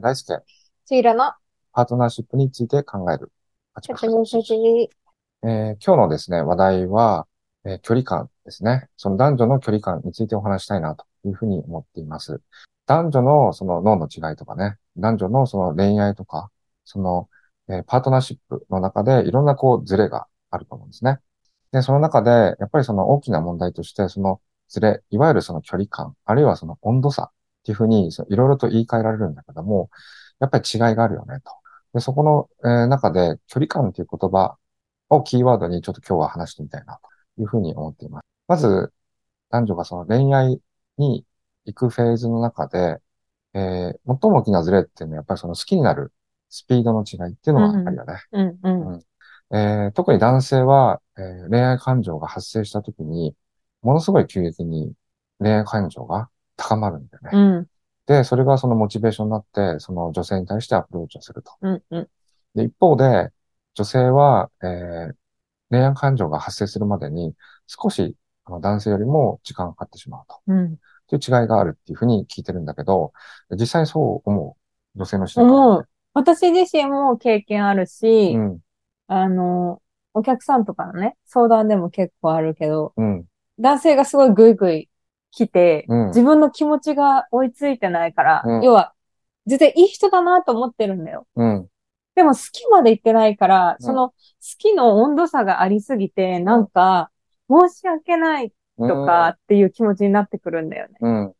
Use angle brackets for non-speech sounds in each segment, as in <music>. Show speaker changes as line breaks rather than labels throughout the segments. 題して、
ついらの、
パートナーシップについて考える。パチ
ちょ
パ
っ
チ
と見せて、
えー今日のですね、話題は、えー距離感ですね。その男女の距離感についてお話したいなというふうに思っています。男女のその脳の違いとかね、男女のその恋愛とか、その、えーパートナーシップの中でいろんなこうズレがあると思うんですね。で、その中で、やっぱりその大きな問題として、そのズレ、いわゆるその距離感、あるいはその温度差っていうふうに、そのいろいろと言い換えられるんだけども、やっぱり違いがあるよねと。で、そこの、えー中で距離感という言葉をキーワードにちょっと今日は話してみたいなというふうに思っています。まず、男女がその恋愛に行くフェーズの中で、えー、最も大きなズレっていうのはやっぱりその好きになるスピードの違いっていうのがあるよね。
うんうん。
えー特に男性は、えー恋愛感情が発生した時に、ものすごい急激に恋愛感情が高まるんだよね。
うん
で、それがそのモチベーションになって、その女性に対してアプローチをすると。
うんうん。
で、一方で、女性は、えー恋愛感情が発生するまでに、少し、あの、男性よりも時間がかかってしまうと。
うん。
という違いがあるっていうふうに聞いてるんだけど、実際そう思う。女性の視点から
思う。私自身も経験あるし、
うん、
あの、お客さんとかのね、相談でも結構あるけど、
うん、
男性がすごいグイグイ来て、
うん
自分の気持ちが追いついてないから、
うん
要は、絶対いい人だなと思ってるんだよ。
うん、
でも好きまで行ってないから、
うん
その好きの温度差がありすぎて、なんか、申し訳ない
うん。
とかっていう気持ちになってくるんだよね。
うん、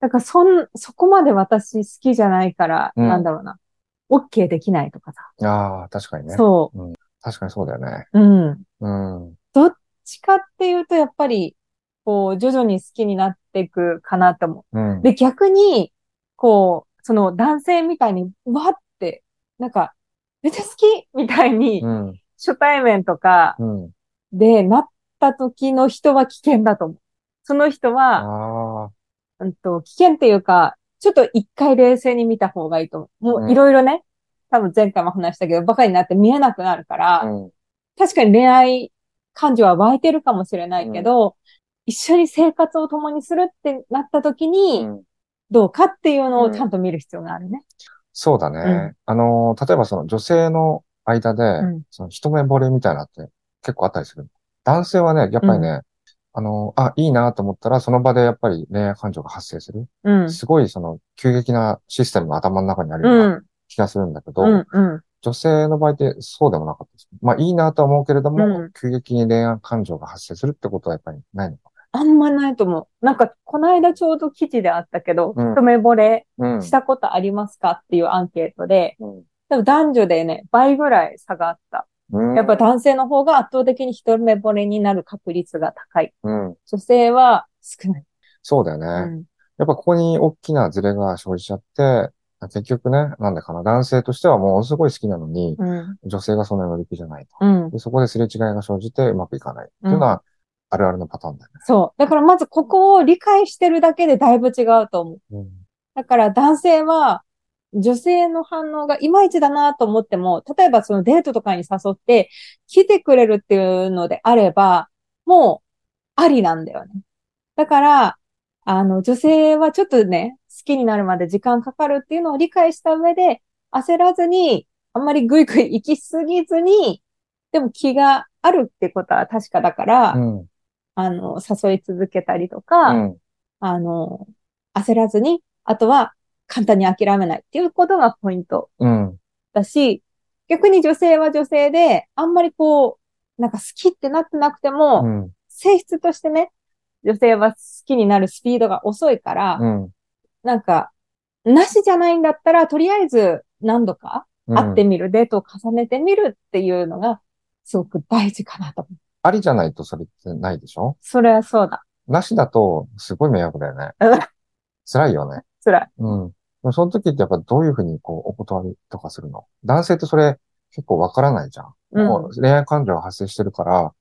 だからそん、そこまで私好きじゃないから、
うん
なんだろうな。オッケーできないとかさ。
ああ、確かにね。
そ
確かにそうだよね。
う。うん。
うん、
地下っていうとやっぱり、こう、徐々に好きになっていくかなと思
うん
う。、で、逆に、こう、その男性みたいに、わって、なんか、めっちゃ好きみたいに
う、ん、
初対面とか
うん。
でなった時の人は危険だと思う。その人は、
ああ、
うんと、危険っていうか、ちょっと一回冷静に見た方がいいと思う。
う
も
ん
ういろいろね、多分前回も話したけど、バカになって見えなくなるから、
うん、
確かに恋愛感情は湧いてるかもしれないけど、一緒に生活を共にするってなった時
う
に、
ん。
どうかっていうの
う
を
ん
ちゃんと見る必要があるね。
そうだね。
うん
あの、例えばその女性の間で、
ん
その一目惚れみたいなって結構あったりする。男性はね、やっぱりね、あの、あ、いいなと思ったら、その場でやっぱり恋愛感情が発生する。
うん。
すごいその急激なシステムが頭の中にある
う。
ようなん気がするんだけど、
うん。うん。
女性の場合ってそうでもなかったです。まあいいなとは思うけれども、
うん
急激に恋愛感情が発生するってことはやっぱりないのか。
あんまないと思う。なんか、この間ちょうど記事であったけど、
うん
一目惚れ
うん
したことありますかっていうアンケートで、
うん
多分男女でね、倍ぐらい差があった。
うん
やっぱ男性の方が圧倒的に一目惚れになる確率が高い。
うん。
女性は少ない。
そうだよね。やっぱここに大きなズレが生じちゃって、結局ね、なんだかな、男性としてはもうすごい好きなのに、
うん。うん。
女性がそんなに乗り気じゃないと。
うん。
でそこですれ違いが生じてうまくいかない。っていうのは、あるあるのパターンだよ
そう。だからまずここを理解してるだけでだいぶ違うと思う。
ね。
だから男性は女性の反応がいまいちだなと思っても、例えばそのデートとかに誘って来てくれるっていうのであれば、もうありなんだよね。だから、あの女性はちょっとね、好きになるまで時間かかるっていうのを理解した上で、焦らずに、あんまりぐいぐい行きすぎずに、でも気があるってことは確かだから、
うん。うん。
あの、誘い続けたりとか、
うん。
あの、焦らずに、あとは簡単に諦めないっていうことがポイント
うん。
だし、逆に女性は女性で、あんまりこう、なんか好きってなってなくても、
うん。
性質としてね、女性は好きになるスピードが遅いから、
うん。
なんか、なしじゃないんだったら、とりあえず何度か
うん
会ってみる、デートを重ねてみるっていうのが、すごく大事かなと思う。
ありじゃないとそれってないでしょ
それはそうだ。
なしだと、すごい迷惑だよね
うん。
辛いよね。
辛い。
うん。でもその時ってやっぱどういうふうにこう、お断りとかするの男性ってそれ結構わからないじゃん。
うん
もう恋愛感情が発生してるから、やっ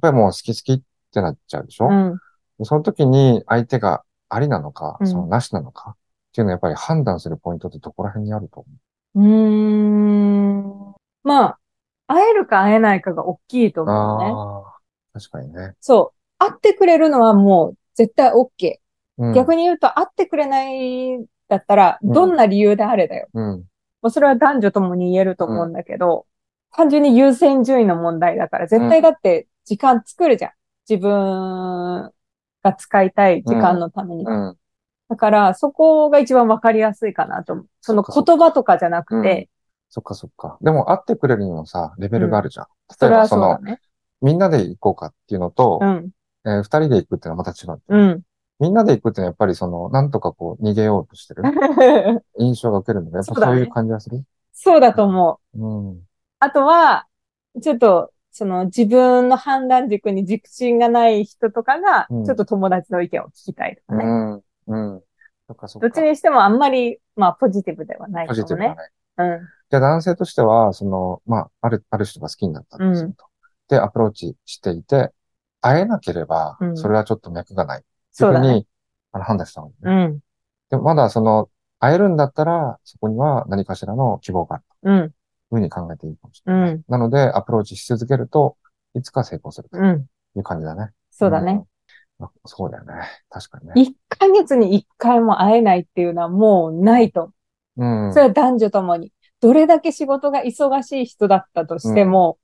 ぱりもう好き好きってなっちゃうでしょ、
うん。
その時に相手がありなのか、
うん
そのなしなのかっていうのはやっぱり判断するポイントってどこら辺にあると思
うーん。まあ、会えるか会えないかが大きいと
う
思うね。
ああ、確かにね。
そう。会ってくれるのはもう絶対 OK。
うん、
逆
に、
に言うと、会ってくれないだったら、
うん
どんな理由であれだよ。
うん。
もうそれは男女ともに言えると思うんだけど、単純に優先順位の問題だから、絶対だって時間作るじゃん。自分が使いたい時間のために。
うん。
だから、そこが一番わかりやすいかなと思う。その
そっかそ
言葉とかじゃなくて、
そっかそっか。でも会ってくれるにもさ、レベルがあるじゃん。
そ
例
れ
えば
は
そ
そうだ
の、
ね。
みんなで行こうかっていうのと
う、ん。
えー二人で行くっていうのはまた違う。
うん。
みんなで行くっていうのはやっぱりその、なんとかこう逃げようと
<laughs>
してる印象が受けるので、やっぱそういう感じがする。 <laughs>
そうだと思う。
うん。
あとは、ちょっと、その自分の判断軸に軸心がない人とかが、
うん
ちょっと友達の意見を聞きたいとかね。
うん。うん。そっかそっ
ど
か。
っちにしてもあんまり、まあ、ポジティブではない
ポ
か
ジティ
も
ブだ
ね
ね。。
うん。
じゃあ男性としては、その、まあ、ある、ある人が好きになったんですよと。で、アプローチしていて、会えなければ
う、ん
それはちょっと脈がない。ってい
そうう
ふう
だ
に、
ね。
あの判断したの、ね
うん。
でもまだその、会えるんだったら、そこには何かしらの希望があると
うん。
いうふうに考えていいかもしれ
う
ない。
ん。
なので、アプローチし続けると、いつか成功するとい
うん。
う感じだね。
そうだね。
うん。あそうだよね。確かにね。
一ヶ月に一回も会えないっていうのはもうないと思う
うん
そ。れは男女ともに。どれだけ仕事が忙しい人だったとしても、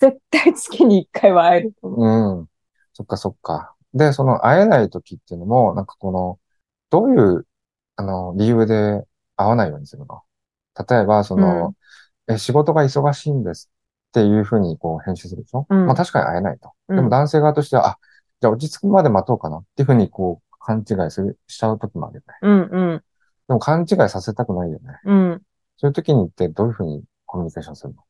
絶対月に一回は会えると思う。
うん。そっかそっか。で、その会えない時っていうのも、なんかこの、どういう、あの、理由で会わないようにするの例えば、その、え、仕事が忙しいんですっていうふうにこう編集するでしょ、
うん
まあ確かに会えないと。
うん
でも男性側としては、あ、じゃあ落ち着くまで待とうかなっていうふうにこう勘違いする、しちゃう時もあるよね。
うん、うん、
でも勘違いさせたくないよね。
うん。
そういう時にってどういうふうにコミュニケーションするの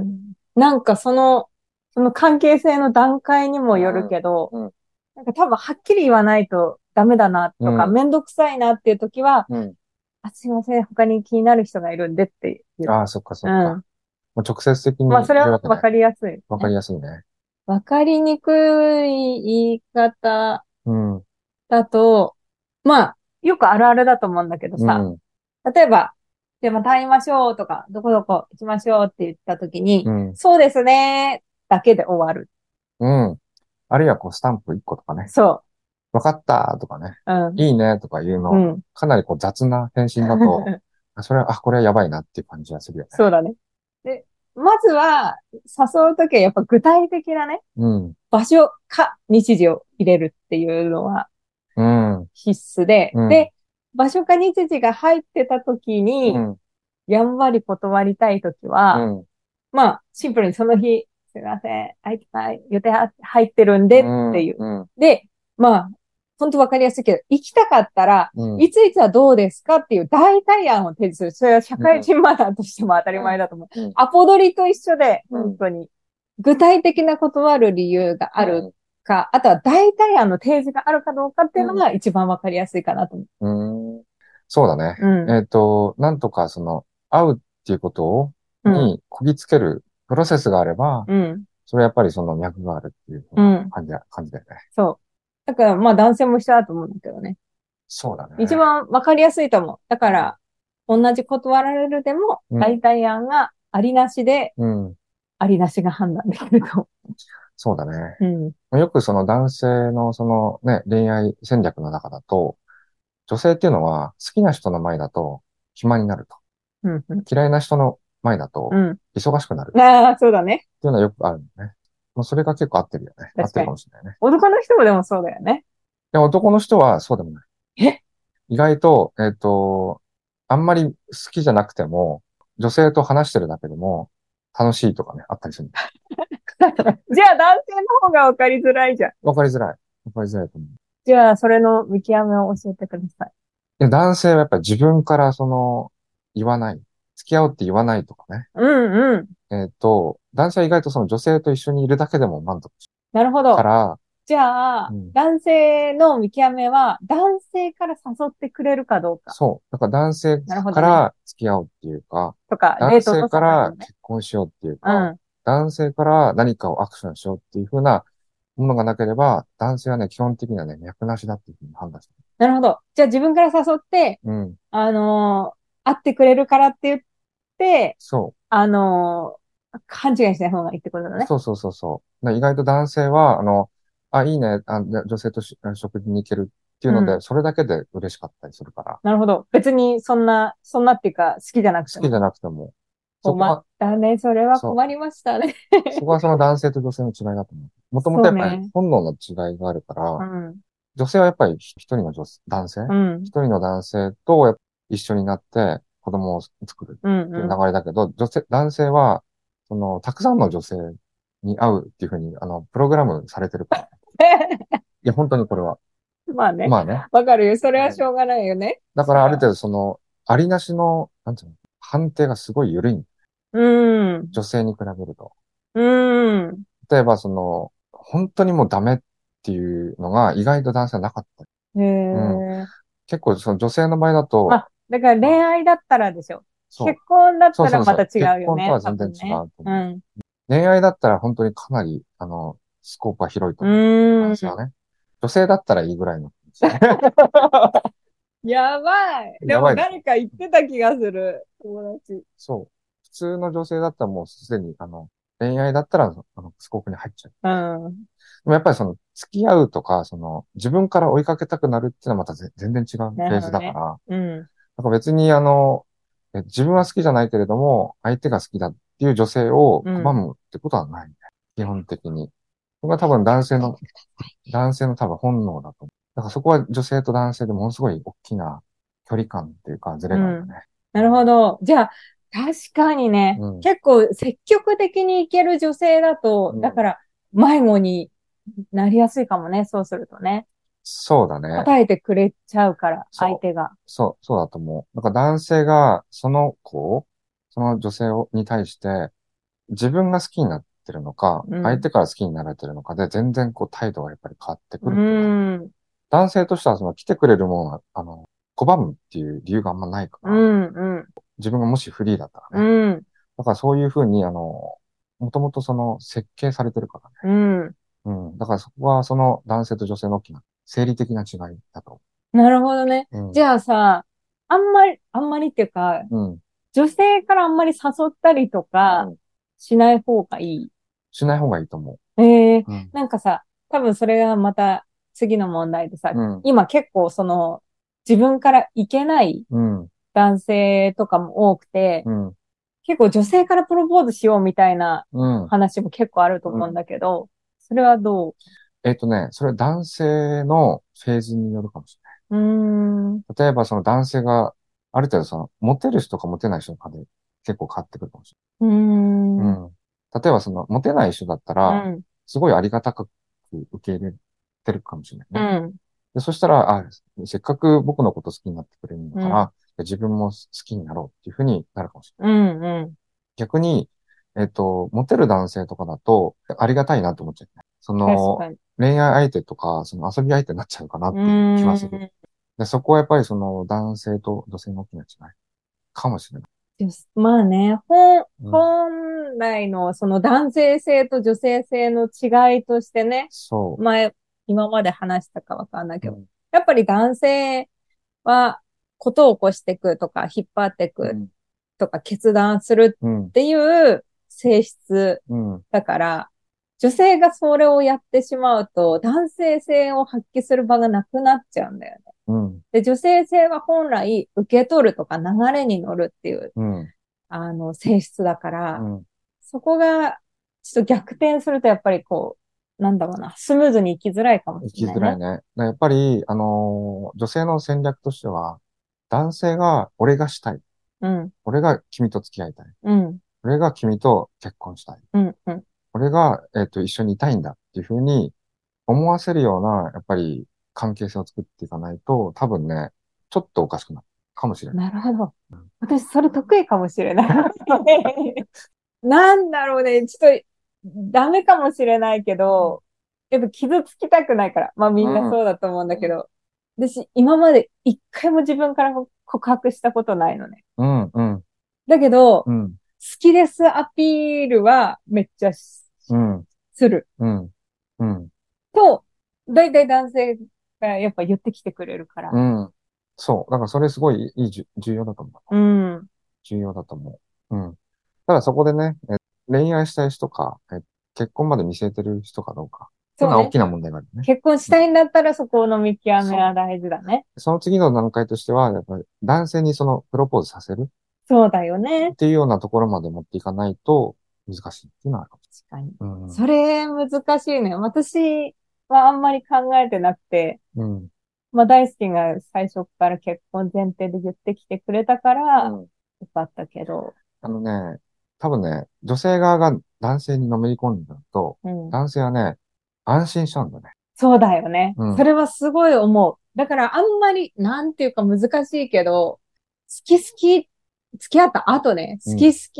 うーんなんかその、その関係性の段階にもよるけど、
うんうん
なんか多分はっきり言わないとダメだなとか、
うん
めんどくさいなっていう時は、
うん。
あ、すいません、他に気になる人がいるんでって言う。
ああ、そっかそっか。
う
もう直接的に
ん。まあそれはわか
り、
りやすい。
わかりやすいね。
わかりにくい言い方
うん。う
だと、まあ、よくあるあるだと思うんだけどさ、
ん。
例えば、じゃあまた会いましょうとか、どこどこ行きましょうって言った時に、
うん。
そうですね、だけで終わる。
うん。あるいはこう、スタンプ1個とかね。
そ
わかったとかね。
う。うん。
いいねとかいう
う
の、
ん。
かなりこう雑な返信だ
<laughs>
と、あそれは、あ、これはやばいなっていう感じがするよね。
そうだね。で、まずは、誘うときはやっぱ具体的なね、
うん。
場所か日時を入れるっていうのは
うん。
必須で、
うん
で、場所か日時が入ってたとき
う
に、
ん。
やんわり断りたいときは、
うん。
まあ、シンプルにその日、すいません、空いてない、予定入ってるんでっていう。
うん。
で、まあ、ほんとわかりやすいけど、行きたかったら、
うん。
いついつはどうですかっていう代替案を提示する。それは社会人マナーとしても当たり前だと思う。
うんうん
アポ取りと一緒で、
うん
本当に。具体的な断る理由があるか、あとは代替案の提示があるかどうかっていうのが一番わかりやすいかなと思
うん。うん。そうだね。
う。うん。
えっと、なんとかその、会うっていうことを、
うん。
にこぎつけるプロセスがあれば、
うん。
それはやっぱりその脈があるっていう
うん。
感じだ、感じだよね。
そう。だから、まあ男性も一緒だと思うんだけどね。
そうだね。
一番わかりやすいと思う。だから、同じ断られるでも、
うん
代替案がありなしで、
うん。
ありなしが判断できると
そうだね。
思う。
よくその男性のそのね、恋愛戦略の中だと、女性っていうのは好きな人の前だと暇になると。
うん。うん。
嫌いな人の前だと
うん。
忙しくなるっ
うん。
て
ああ、そうだね。
いうのはよくあるんだね。まあそれが結構合ってるよね。
かに
合ってるかもしれないね。
男の人もでもそうだよね。 <laughs>
でも男の人はそうでもない。
え
意外と、えっ、と、あんまり好きじゃなくても、女性と話してるだけでも楽しいとかね、あったりするんだよ。
じゃあ男性の方が分かりづらいじゃん。
わかりづらい。わかりづらいと思う。
じゃあそれの見極めを教えてください。
で男性はやっぱり自分からその、言わない。付き合おうって言わないとかね。
うんうん。
えっ、と、男性は意外とその女性と一緒にいるだけでも満足し
なるほ
たか
ど。
ら、
じゃあ、
うん
男性の見極めは男性から誘ってくれるかどうか
そう。だから男性
なるほ
か
どね
ら付き合おうっていうか、
とか、デ
男
ート
性
と
から
ね。
結婚しようっていう
う
か、
ん。
男性から何かをアクションしようっていうふうなものがなければ、男性はね、基本的にはね、脈なしだっていうふうに判断す
なるほど。じゃあ自分から誘って、
る。うん。
あのー会ってくれるからって言って、
そ
あのー勘違いしない方がいいってことだ
う。
ね。
そうそうそうそう。だから意外と男性は、あの、あ、いいね、あじゃあ女性とし食事に行けるっていうので、
うん
それだけで嬉しかったりするから、
なるほど。別にそんな、そんなっていうか、好きじゃなくて
好きじ
も。
ゃなくても、そこ
困
は
っ、たね。それは
そう
困りましたね。
そこはその男性と女性の違いだと
<laughs>
思う。もともとやっぱ
そう
り
ね
本能の違いがあるから、
うん。
女性はやっぱり一人の女性男性、
うん
一。人の男性とやっぱ一緒になって子供を作る
うん。
っていううん流れだけど、女性、男性は、その、たくさんの女性に会うっていうふうに、あの、プログラムされてる
<laughs>
から。いや、本当にこれは。
まあね。
まあね。
わかるよ。それはしょうがないよね。
だからある程度その、ありなしの、なんていうの、判定がすごい緩い。
うん。
女性に比べると。
うん。
例えばその、本当にもうダメっていうのが意外と男性はなかった。
へえ、
う結構その女性の場合だと、
あだから恋愛だったらでしょ。
そう
結。婚だった
そうそ
ら
うそ
ま
う
た違うよね。
結婚とは全然違うと
多
思う
分ね
恋愛だったら本当にかなり、あの、スコープは広いと
う。
思うん
う
男性はね。女性だったらいいぐらいの。
<laughs> ん。やばい。で
やば
も
いでしょ
誰か言ってた気がする。友達。
そう。普通の女性だったらもうすでに、あの、恋愛だったら、あの、スコープに入っちゃう。
うん。
でもやっぱりその、付き合うとか、その、自分から追いかけたくなるっていうのはまたぜ全然違うフェーズだから、
なるほ
なん
うん。
か別にあの、え自分は好きじゃないけれども、相手が好きだっていう女性を
うん
拒むってことはない、基本的に。それが多分男性の、男性の多分本能だと思う。だからそこは女性と男性でものすごい大きな距離感っていうか、ズレがあるよね。
なるほど。じゃあ、確かにね、
うん
結構積極的にいける女性だと、
うん
だから迷子になりやすいかもね、そうするとね。
そうだね。
答えてくれちゃうから、
そう
相手が。
そう、そうだと思う。なんか男性が、その子を、その女性をに対して、自分が好きになってるのか、
うん
相手から好きになられてるのかで、全然こう態度がやっぱり変わってく
う
ると思う。
ん。
男性としては、その来てくれるものが、あの、拒むっていう理由があんまないか
う
ら、
ん、うん、
自分がもしフリーだったらね。
うん、
だからそういうふうに、あの、もともとその設計されてるからね。
うん。
うん。だからそこはその男性と女性の大きな生理的な違いだと
なるほどね。
思う。うん。
じゃあさ、あんまり、あんまりっていうか、
うん。
女性からあんまり誘ったりとか
うん
しない方がい
しない方がいいと思
い。ええ
う。うん。
なんかさ、多分それがまた次の問題でさ、
うん。
今結構その、自分から行けない
うん。
男性とかも多くて、
うん。
結構女性からプロポーズしようみたいな
うん。
話も結構あると思うんだけど、それはど
えっとね、それ男性のフェーズによるかもしれな
ううーん、う
い。例えばその男性が、ある程度その、モテる人かモテない人かで結構変わってくるかもし
ー
れない。
ん、
うん。例えばその、モテない人だった
う
ら、
ん、
すごいありがたく受け入れてるかもしれな
う
いね。
ん、
でそしたら、あ、せっかく僕のこと好きになってくれるんだから、
う
自分も好きになろうっていうふうになるかもしれない。
うん、うん。
逆に、えっと、モテる男性とかだと、ありがたいなと思っちゃうね。そ
確
の、
かに。
恋愛相手とか、その遊び相手になっちゃうかなっていう気はする。でそこはやっぱりその男性と女性の大きな違いかもしれない。
うんまあね、本、
うん
本来のその男性性と女性性の違いとしてね、
そう。
前、今まで話したかわかんないけど、
うん
やっぱり男性はことを起こしていくとか、引っ張っていくとか、決断する
うん
っ。ていう性質
うん。
だから、女性がそれをやってしまうと、男性性を発揮する場がなくなっちゃうんだよね。
うん。
で、女性性は本来受け取るとか流れに乗るっていう、
うん。うん
あの、性質だから、
うん。
そこが、ちょっと逆転するとやっぱりこう、なんだろうな、スムーズに生きづらいかも
生
し
き
れない、
づらいね。だからやっぱり、あのー女性の戦略としては、男性が俺がしたい。
うん、
俺が君と付き合いたい。
うん、
俺が君と結婚したい。
うん、うん。
俺が、えっと、一緒にいたいんだっていうふうに思わせるような、やっぱり関係性を作っていかないと、多分ね、ちょっとおかしくなるかもしれない。
なるほど。私、それ得意かもしれない。 <laughs> なんだろうね、ちょっと、ダメかもしれないけど、やっぱ傷つきたくないから。まあみんなそうだと思うんだけど、私、今まで一回も自分から告白したことないのね。
うん、うん、
だけど、
う
好
ん、
きですアピールはめっちゃし
うん、
する。
うん、うん、
と、だいたい男性がやっぱ言ってきてくれるから。
うん。そう。だからそれすごいいいじゅ、重要だと思う。
うん。うん。
重要だと思う。うん。ただそこでね、え恋愛したい人か、え結婚まで見据えてる人かどうか。そ
そうう
いうのは大
ね。
きな問題があるね。
結婚したいんだったらそこの見極めは大事だね。
その次の段階としては、やっぱり男性にそのプロポーズさせる
そうだよね
っ。ていうようなところまで持っていかないと難しいっていうのはあるか
確かに。
も。
それ難しいね。私はあんまり考えてなくて、
うん。うん。
まあ大好きが最初から結婚前提で言ってきてくれたから、よかったけど。
あのね、多分ね、女性側が男性にのめり込んだと、
うん、
男性はね、安心しちゃうんだね。
そうだよね、
うん
それはすごい思う。だからあんまり、なんていうか難しいけど、好き好き、付き合った後ね、
うん
好き好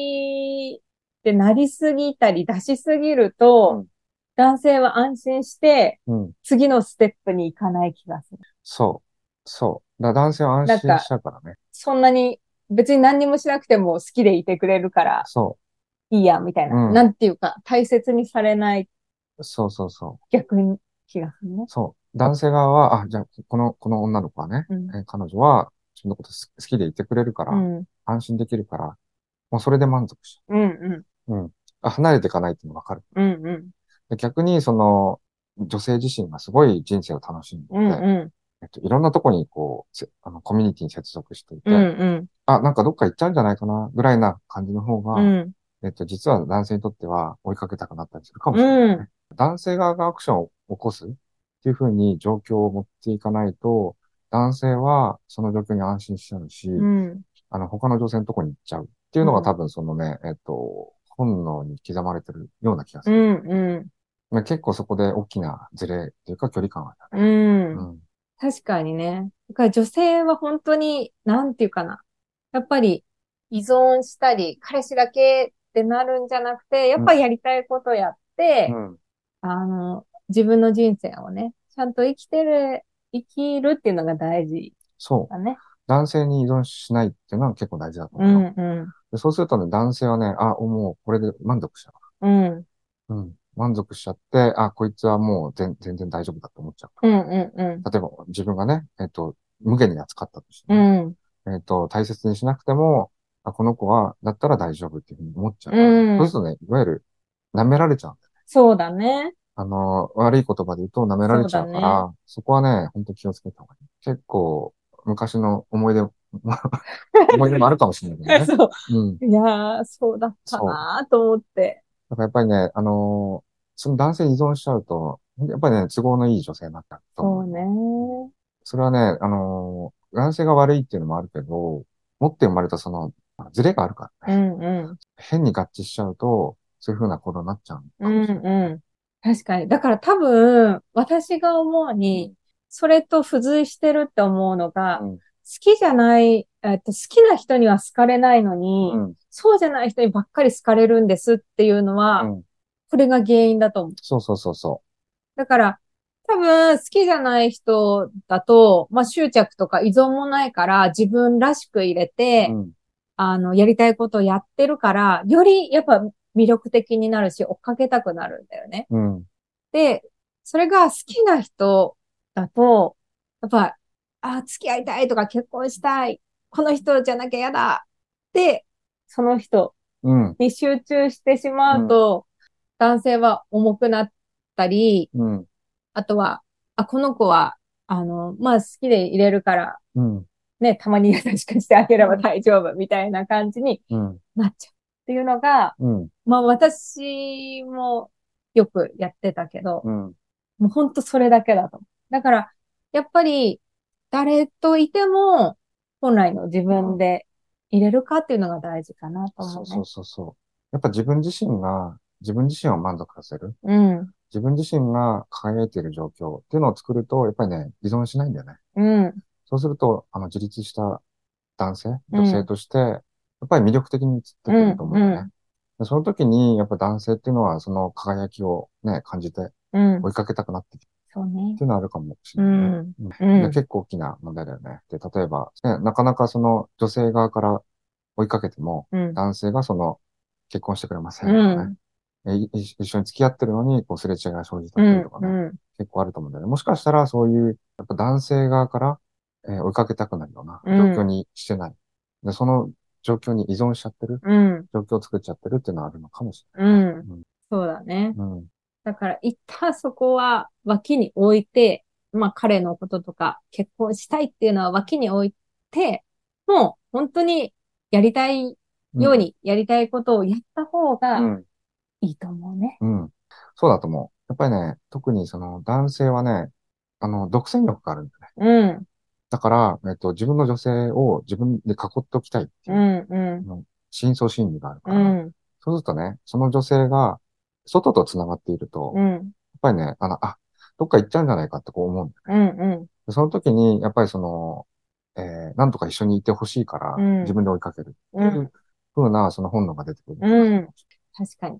きってなりすぎたり出しすぎると、
うん
男性は安心して、
うん。
次のステップに行かない気がする。
そう。そう。だから男性は安心しちゃうからね。
そんなに、別に何にもしなくても好きでいてくれるから
そ
いいや、みたいな。
うん。
なんていうか、大切にされないう
そうそうそ
逆に気がするね
う。。そう。男性側は、あ、じゃあ、この、この女の子はね、
うん
え彼女は、自分のことす好きでいてくれるから、
うん。
安心できるから、もうそれで満足しちゃ
うんうん。
う。あ離れていかないっていうのわかる。
うんうん。
で逆に、その、女性自身がすごい人生を楽しんでて、
うんうん。
えっと、いろんなとこに、こうせ、あの、コミュニティに接続していて、
うんうん。
あ、なんかどっか行っちゃうんじゃないかな、ぐらいな感じの方が、
うん。
えっと、実は男性にとっては追いかけたくなったりするかもしれない、ね男性側がアクションを起こすっていうふうに状況を持っていかないと、男性はその状況に安心しちゃうし、
うん。
あの、他の女性のとこに行っちゃうっていうのが
うん
多分そのね、えっと、本能に刻まれてるような気がす
う
る。
ん。
まあ結構そこで大きなズレというか距離感がある。
うん。
う
うん。
ん。
確かにね。だから女性は本当に、なんていうかな。やっぱり依存したり、彼氏だけってなるんじゃなくて、やっぱやりたいことやって、
うん。
あの、自分の人生をね、ちゃんと生きてる、生きるっていうのが大事
そう。
だね。
男性に依存しないっていうのは結構大事だと
う
思うよ。
ん、う
でそうするとね、男性はね、あ、もうこれで満足しちゃ
ん、うん、
う。うん。満足しちゃって、あ、こいつはもう全全然大丈夫だと思っちゃう。
うん、うん、
例えば自分がね、えっと、無限に扱ったとして
う
ね、
ん、
えっと、大切にしなくても、あ、この子は、だったら大丈夫っていうふうに思っちゃうから。
うん
そうするとね、いわゆる、舐められちゃうんだよね。
そうだね。
あの、悪い言葉で言うと舐められちゃう
そう
か
だね
ら、そこはね、本当気をつけた方がいい。結構、昔の思い出も、 <laughs> 思い出もあるかもしれないけどね。
<laughs> そう。
うん。
いやー、そうだったなーと思って。
だからやっぱりね、あのーその男性に依存しちゃうと、やっぱりね、都合のいい女性になったと思。
そううね。
それはね、あのー男性が悪いっていうのもあるけど、持って生まれたその、ズレがあるから
う
ね。
ん、うん。
変に合致しちゃうと、そういう風なことになっちゃうのかも
うん
しれない。
うん。確かに。だから多分、私が思うに、それと付随してるって思うのが、
うん
好きじゃない、えっと、好きな人には好かれないのに、
うん。
そうじゃない人にばっかり好かれるんですっていうのは、
うん
これが原因だと思う。
そうそうそうそ
だから、多分、好きじゃない人だと、まあ、執着とか依存もないから、自分らしく入れ
う。
て、
うん。
あの、やりたいことをやってるから、より、やっぱ、魅力的になるし、追っかけたくなるんだよね。
うん。
で、それが好きな人だと、やっぱ、あ、付き合いたいとか結婚したい。この人じゃなきゃ嫌だ。で、その人
うん。
に集中してしまうと、男性は重くなったり、
うん。
あとは、あ、この子は、あの、まあ好きでいれるから、
うん。
ね、たまに優しくしてあげれば大丈夫、みたいな感じに
うん。
なっちゃう。っていうのが、
うん。
まあ私もよくやってたけど、
うん。
もうほんとそれだけだと思う。だから、やっぱり、誰といても、本来の自分で入れるかっていうのが大事かなと
そう
思うね。
そうそうそう。やっぱ自分自身が、自分自身を満足させる。
うん。
自分自身が輝いている状況っていうのを作ると、やっぱりね、依存しないんだよね。
うん。
そうすると、あの、自立した男性、
うん
女性として、やっぱり魅力的に映ってくると思うんだよね。
うんう
でその時に、やっぱ男性っていうのは、その輝きをね、感じて
うん
追。いかけたくなってきて
そうね
って。いうのはあるかもし
う
れないね。
ん。
うん
うん
で結構大きな問題だよね。で、例えば、ね、なかなかその女性側から追いかけても、
うん。
男性がその、結婚してくれませんと
う
か
ん
ね。。えい一緒に付き合ってるのに、こう、すれ違いが生じた
う
り
ん
とか。
う
ね、
ん。
結構あると思うんだよね。もしかしたら、そういう、やっぱ男性側から、えー追いかけたくなるような
うん
状況にしてない。で、その状況に依存しちゃってる、
うん。
状況を作っちゃってるっていうのはあるのかもし
うん
うん。
そうだね
れ。ない。うん。
だから一旦そこは脇に置いて、まあ彼のこととか結婚したいっていうのは脇に置いて、もう本当にやりたいようにやりたいことをやった方
う
が
ん。
いいと思うね。
うん。そうだと思う。やっぱりね、特にその男性はね、あの、独占欲があるんだよね。
うん、
だから、えっと、自分の女性を自分で囲っておきたいって
う
いう、
ん、う
深層心理があるか
ん、う
ら、
ん、
そうするとね、その女性が、外と繋がっていると、
う
やっ
ん、
ぱりね、あの、あ、どっか行っちゃうんじゃないかってこう思うんだよね。
うん、うん、
でその時に、やっぱりその、えー、なんとか一緒にいてほしいから、
うん
自分で追いかける。
うん、
ふうな、その本能が出てくる。
うん。確かに。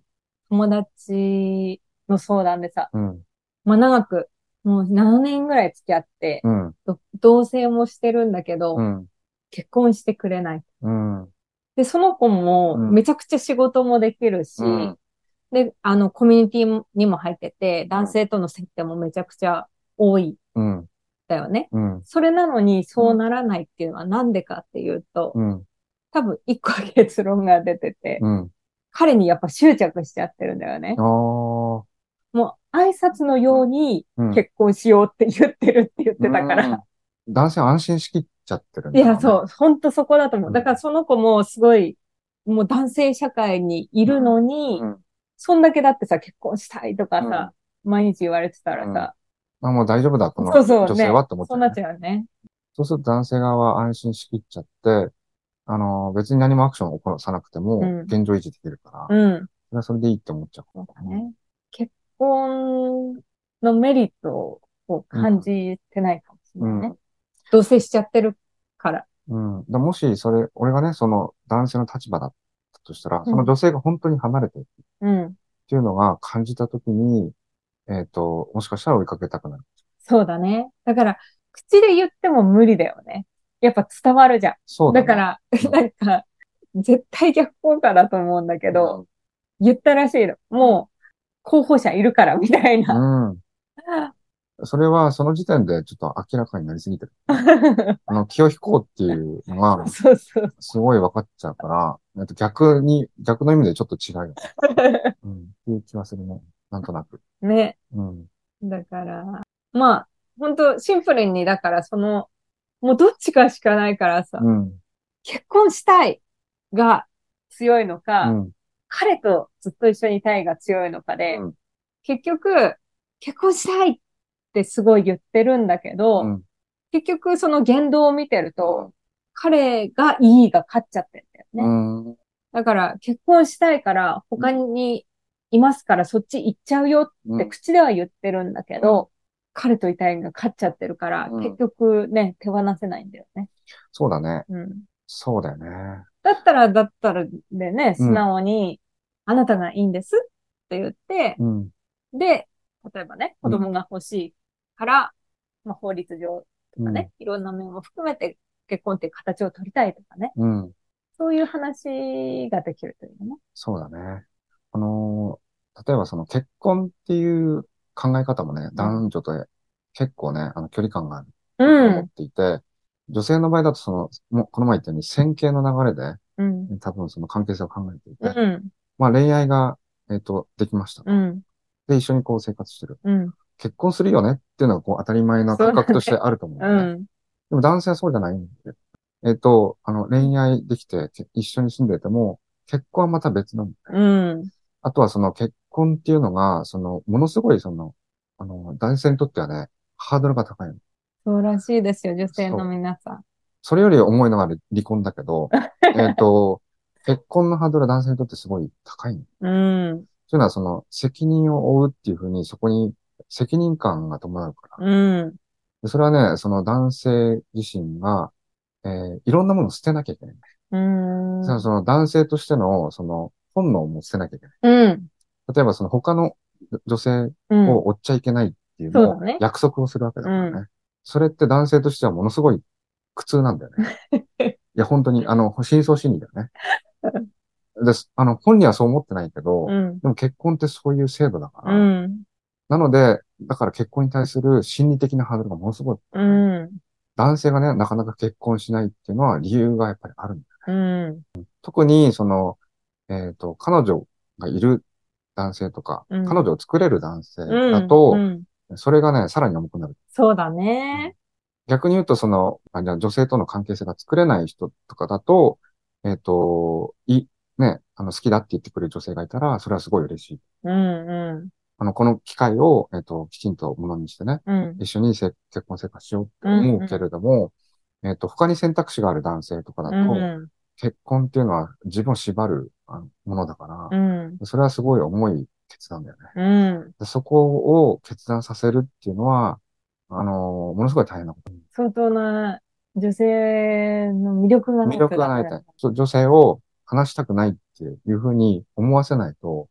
友達の相談でさ、
うん。
まあ長く、もう7年ぐらい付き合って、
うん。
ど同棲もしてるんだけど、
うん。
結婚してくれない。
うん。うん。
で、その子も
うん
めちゃくちゃ仕事もできるし、
うん
で、あの、コミュニティにも入ってて、男性との接点もめちゃくちゃ多いん
うん。
だよね。
うん。
それなのにそうならないっていうのはなんでかっていうと、
うん。
多分一個結論が出てて、
うん。
彼にやっぱ執着しちゃってるんだよね
あ。ー。
もう挨拶のように
うん
結婚しようって言ってるって言ってたから。
うん。男性は安心しきっちゃってるん
い
だろうね
や、そう、ほんとそこだと思
う
う。
ん
だからその子もすごい、もう男性社会にいるのに、
うん。
そんだけだってさ、結婚したいとかさ、毎日言われてたらさ、
まあもう大丈夫だ、この
そうそうね
女性はって思っちゃ
そう
う
な
ね
っちゃうよね。
そうすると男性側は安心しきっちゃって、あの、別に何もアクションを起こさなくて
う
も、
ん
現状維持できるから、
うん。
それはそれでいいって思っちゃう。
そうだね。結婚のメリットを感じてないかもしれないね。同棲しちゃってるから。
うん。だもし、それ、俺がね、その男性の立場だったとしたら、その女性が本当に離れていくっ
うん。
ていうのが感じたときに、えっと、もしかしたら追いかけたくなる。
そうだね。だから、口で言っても無理だよね。やっぱ伝わるじゃん。
そうだ
だ
ね。
から
う、ん
なんか、絶対逆効果だと思うんだけど、言ったらしいの。もう、候補者いるから、みたいな。
うん。それは、その時点でちょっと明らかになりすぎてる。あの、気を引こうっていうのが、
<laughs> そうそう。
すごい分かっちゃうから、えっと逆に、逆の意味でちょっと違うよ。うん。っていう気はするね。なんとなく。
<laughs> ね。
うん。
だから、まあ、本当シンプルに、だから、その、もうどっちかしかないからさ、
うん。
結婚したいが強いの
う
か、
ん。
彼とずっと一緒にいたいが強いのかで、
うん
結局、結婚したいってすごい言ってるんだけど、
うん
結局その言動を見てると、彼がいいが勝っちゃってんだよね。
うん。
だから結婚したいから他にいますからそっち行っちゃうよ
う
っ
ん
て口では言ってるんだけど、彼といたいが勝っちゃってるから、
うん
結局ね、手放せないんだよね。
そうだね。
うん
そうだよね。
だったら、だったらでね、
うん
素直に、あなたがいいんですって言って、
うん。
で、例えばね、
う
子
ん
供が欲しいから、まあ、法律上と
う
か
ん。
ね、いろんな面も含めて結婚っていう形を取りたいとかね、
うん。
そういう話ができるというね。
そうだね。あのー例えばその結婚っていう考え方もね、男女と結構ね、あの距離感があると思っ。ていて、女性の場合だとその、もうこの前言ったように線形の流れで、
うん。
多分その関係性を考えていて、
うん。
まあ恋愛が、えっ、と、できました。
うん。
で、一緒にこう生活してる。
うん。
結婚するよねっていうのがこう当たり前の感覚としてあると思う、
う
ね。で
ん。
も男性はそうじゃないんで。えっ、と、あの、恋愛できてけ一緒に住んでても、結婚はまた別なんだよね
うん。
あとはその結婚っていうのが、その、ものすごいその、あの、男性にとってはね、ハードルが高いの。
そうらしいですよ、女性の皆さん。
それより重いのが離離婚だけ
<laughs>
ど、えっと、結婚のハードルは男性にとってすごい高いの。
うん。
というのはその、責任を負うっていうふうに、そこに責任感が伴うから。
うん。
でそれはね、その男性自身が、えーいろんなものを捨てなきゃいけない。
うん。
そのその男性としての、その、本能も捨てなきゃいけない。
うん。
例えばその他の女性
うん。
を追っちゃいけないっていう
そう
のを
だね
約束をするわけだから
う
ね。それって男性としてはものすごい苦痛なんだよ
<laughs>
ね。いや、本当に、あの、真相心理だよね。です。あの、本人はそう思ってないけど、
うん。
でも結婚ってそういう制度だから。
うん。
なので、だから結婚に対する心理的なハードルがものすごい。
うん。
男性がね、なかなか結婚しないっていうのは理由がやっぱりあるんだよ。
うん。
特に、その、えっ、と、彼女がいる男性とか、
うん
彼女を作れる男性
うん
だと、
うん
それがね、さらに重くなる。
そうだね。
逆に言うと、その、あじゃあ女性との関係性が作れない人とかだと、えっ、と、い、ね、あの、好きだって言ってくれる女性がいたら、それはすごい嬉しい。
うんう
あの、この機会を、えっ、と、きちんとものにしてね、
ん。うん。
一緒にせ結婚生活しようって思うけれども、えっと、他に選択肢がある男性とかだと、
うん
結婚っていうのは自分を縛るあのものだから
う、ん。
それはすごい重い決断だよね。
うん。
でそこを決断させるっていうのは、あのものすごい大変なこと。
相当な女性の魅力がない
魅力がない
と
と。そう女性を話したくないっていうふうに思わせないと、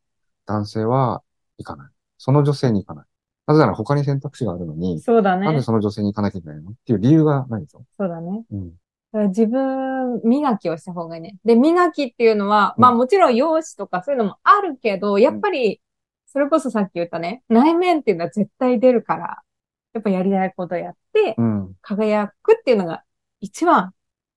男性は行かない。その女性に行かない。なぜなら他に選択肢があるのに、
そうだ
なんで
ね。
その女性に行かなきゃいけないのっていう理由がないでしょ。
そうだね。
うん。
だから自分磨きをした方がいいね。で、磨きっていうのは、
うん
まあもちろん容姿とかそういうのもあるけど、やっぱり、それこそさっき言ったね、内面っていうのは絶対出るから、やっぱやりたいことやって、
うん。
輝くっていうのが一番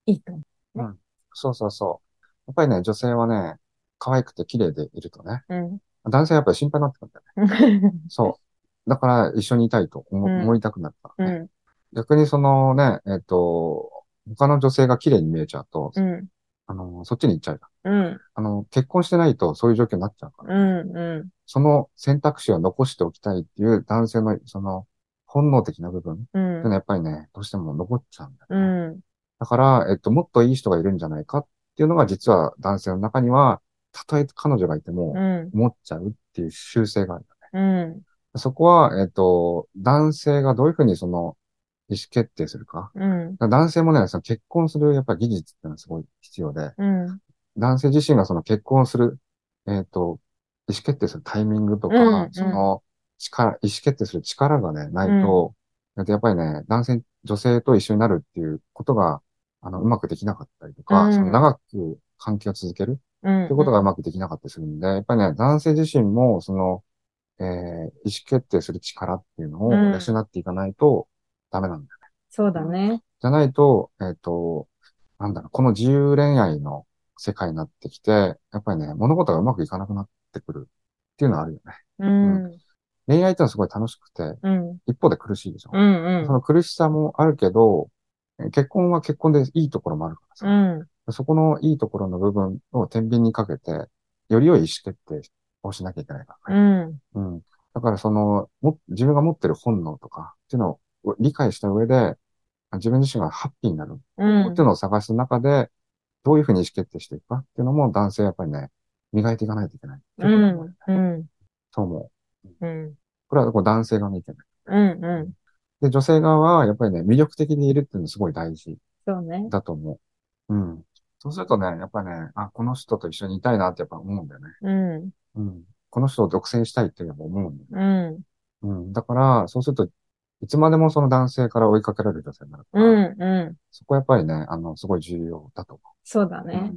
いいと思
そうそうそう。やっぱりね、女性はね、可愛くて綺麗でいるとね、
う。うん。
男性はやっぱり心配になってくるんだよね。そう。だから一緒にいたいと思,、
うん
思いたくなるからね。
う
逆にそのね、えっ、と、他の女性が綺麗に見えちゃうと、
ん。うん。
あの、そっちに行っちゃうじゃん。
うん。
あの、結婚してないとそういう状況になっちゃうから、
うん。う
その選択肢を残しておきたいっていう男性のその本能的な部分ってい
ん。
うのはやっぱりね、どうしても残っちゃうんだよね。
うん。
だから、えっと、もっといい人がいるんじゃないかっていうのが実は男性の中には、たとえ彼女がいても
うん。
思っちゃうっていう習性があるんだね。
うん。
そこは、えっと、男性がどういうふうにその意思決定するか。
うん。
だから男性もね、その結婚するやっぱり技術っていうのはすごい必要で、
うん。
男性自身がその結婚する、えっと、意思決定するタイミングとか、
うんうん
その力、意思決定する力がね、ないと、だってやっぱりね、男性、女性と一緒になるっていうことが、あの、うまくできなかったりとか、
うん
その長く関係を続ける
うん。
ってことがうまくできなかったりするんで、やっぱりね、男性自身も、その、えー意思決定する力っていうのを
うん
養っていかないとダメなんだよね。
そうだね。
じゃないと、えっ、と、なんだろう、この自由恋愛の世界になってきて、やっぱりね、物事がうまくいかなくなってくるっていうのはあるよね。
うん。
恋愛ってのはすごい楽しくて、
うん。
一方で苦しいでしょ。
うん。
その苦しさもあるけど、えー結婚は結婚でいいところもあるからさ、
うん。
そこのいいところの部分を天秤にかけて、より良い意思決定をしなきゃいけないからね。
うん。
うん。だからその、も、自分が持ってる本能とかっていうのを理解した上で、自分自身がハッピーになる
うん
っていうのを探す中で、どういうふうに意思決定していくかっていうのも男性はやっぱりね、磨いていかないといけない。
うん。うん。
そう思う。
うん。
これはこう男性側の意見。
うん。うん。
で、女性側はやっぱりね、魅力的にいるっていうのすごい大事
そうね。
だと思う。うん。そうするとね、やっぱね、あ、この人と一緒にいたいなってやっぱ思うんだよね。
うん。
うん。この人を独占したいってやっぱ思うんだよね。
うん。
うん。だから、そうすると、いつまでもその男性から追いかけられる女性になるか
う
ら、
ん。うん。
そこはやっぱりね、あの、すごい重要だと思
そうだ
う。
ね。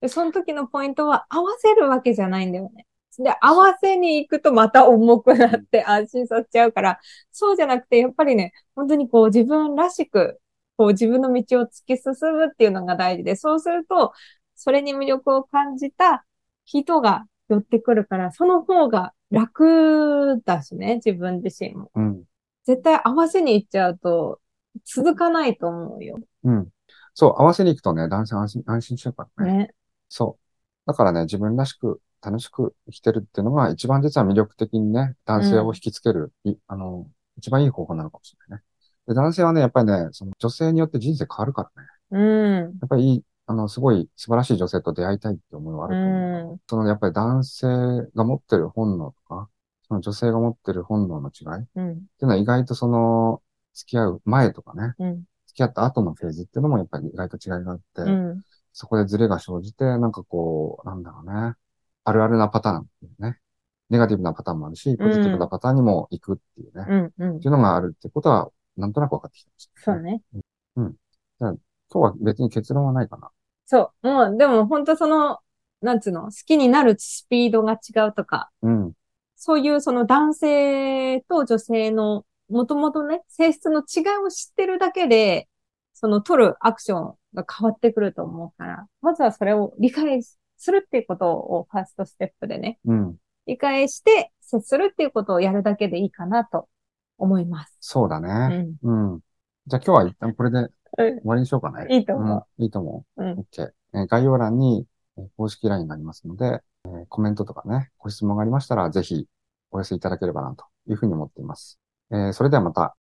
で、その時のポイントは合わせるわけじゃないんだよね。で、合わせに行くとまた重くなって安心させちゃうから、そうじゃなくて、やっぱりね、本当にこう自分らしく、こう自分の道を突き進むっていうのが大事で、そうすると、それに魅力を感じた人が寄ってくるから、その方が楽だしね、自分自身も。
うん。うん
絶対合わせに行っちゃうと、続かないと思うよ。
うん。そう、合わせに行くとね、男性安心、安心しちゃうからね。
ね。
そう。だからね、自分らしく、楽しく生きてるっていうのが、一番実は魅力的にね、男性を引きつける、いあの、一番いい方法なのかもしれないね。で、男性はね、やっぱりね、その女性によって人生変わるからね。
うん。
やっぱりいい、あの、すごい素晴らしい女性と出会いたいって思いはあ
う
ると思うから。
ん。
そのやっぱり男性が持ってる本能とか、その女性が持ってる本能の違いってい
うん。
うのは意外とその付き合う前とかね、
うん。
付き合った後のフェーズっていうのもやっぱり意外と違いがあって、
うん。
そこでズレが生じて、なんかこう、なんだろうね、あるあるなパターンね、ネガティブなパターンもあるし、ポジティブなパターンにも行くっていうね、っ
うんうん。
ていうのがあるってことは、なんとなく分かってきてました
そ
ね、
うね。
今日は別に結論はないかな。
そう。もう、でも本当その、なんつうの、好きになるスピードが違うとか、
うん、
そういうその男性と女性の、もともとね、性質の違いを知ってるだけで、その取るアクションが変わってくると思うから、まずはそれを理解するっていうことをファーストステップでね、
うん、
理解して接するっていうことをやるだけでいいかなと思います。
そうだ
う
ね。
ん。
うん。じゃあ今日は一旦これで終わりにしようかね。
いいと思
うん。いいと思う。
うん
OK。えー概要欄にえー公式 LINE がありますので、えーコメントとかね、ご質問がありましたら、ぜひお寄せいただければなというふうに思っています。えーそれではまた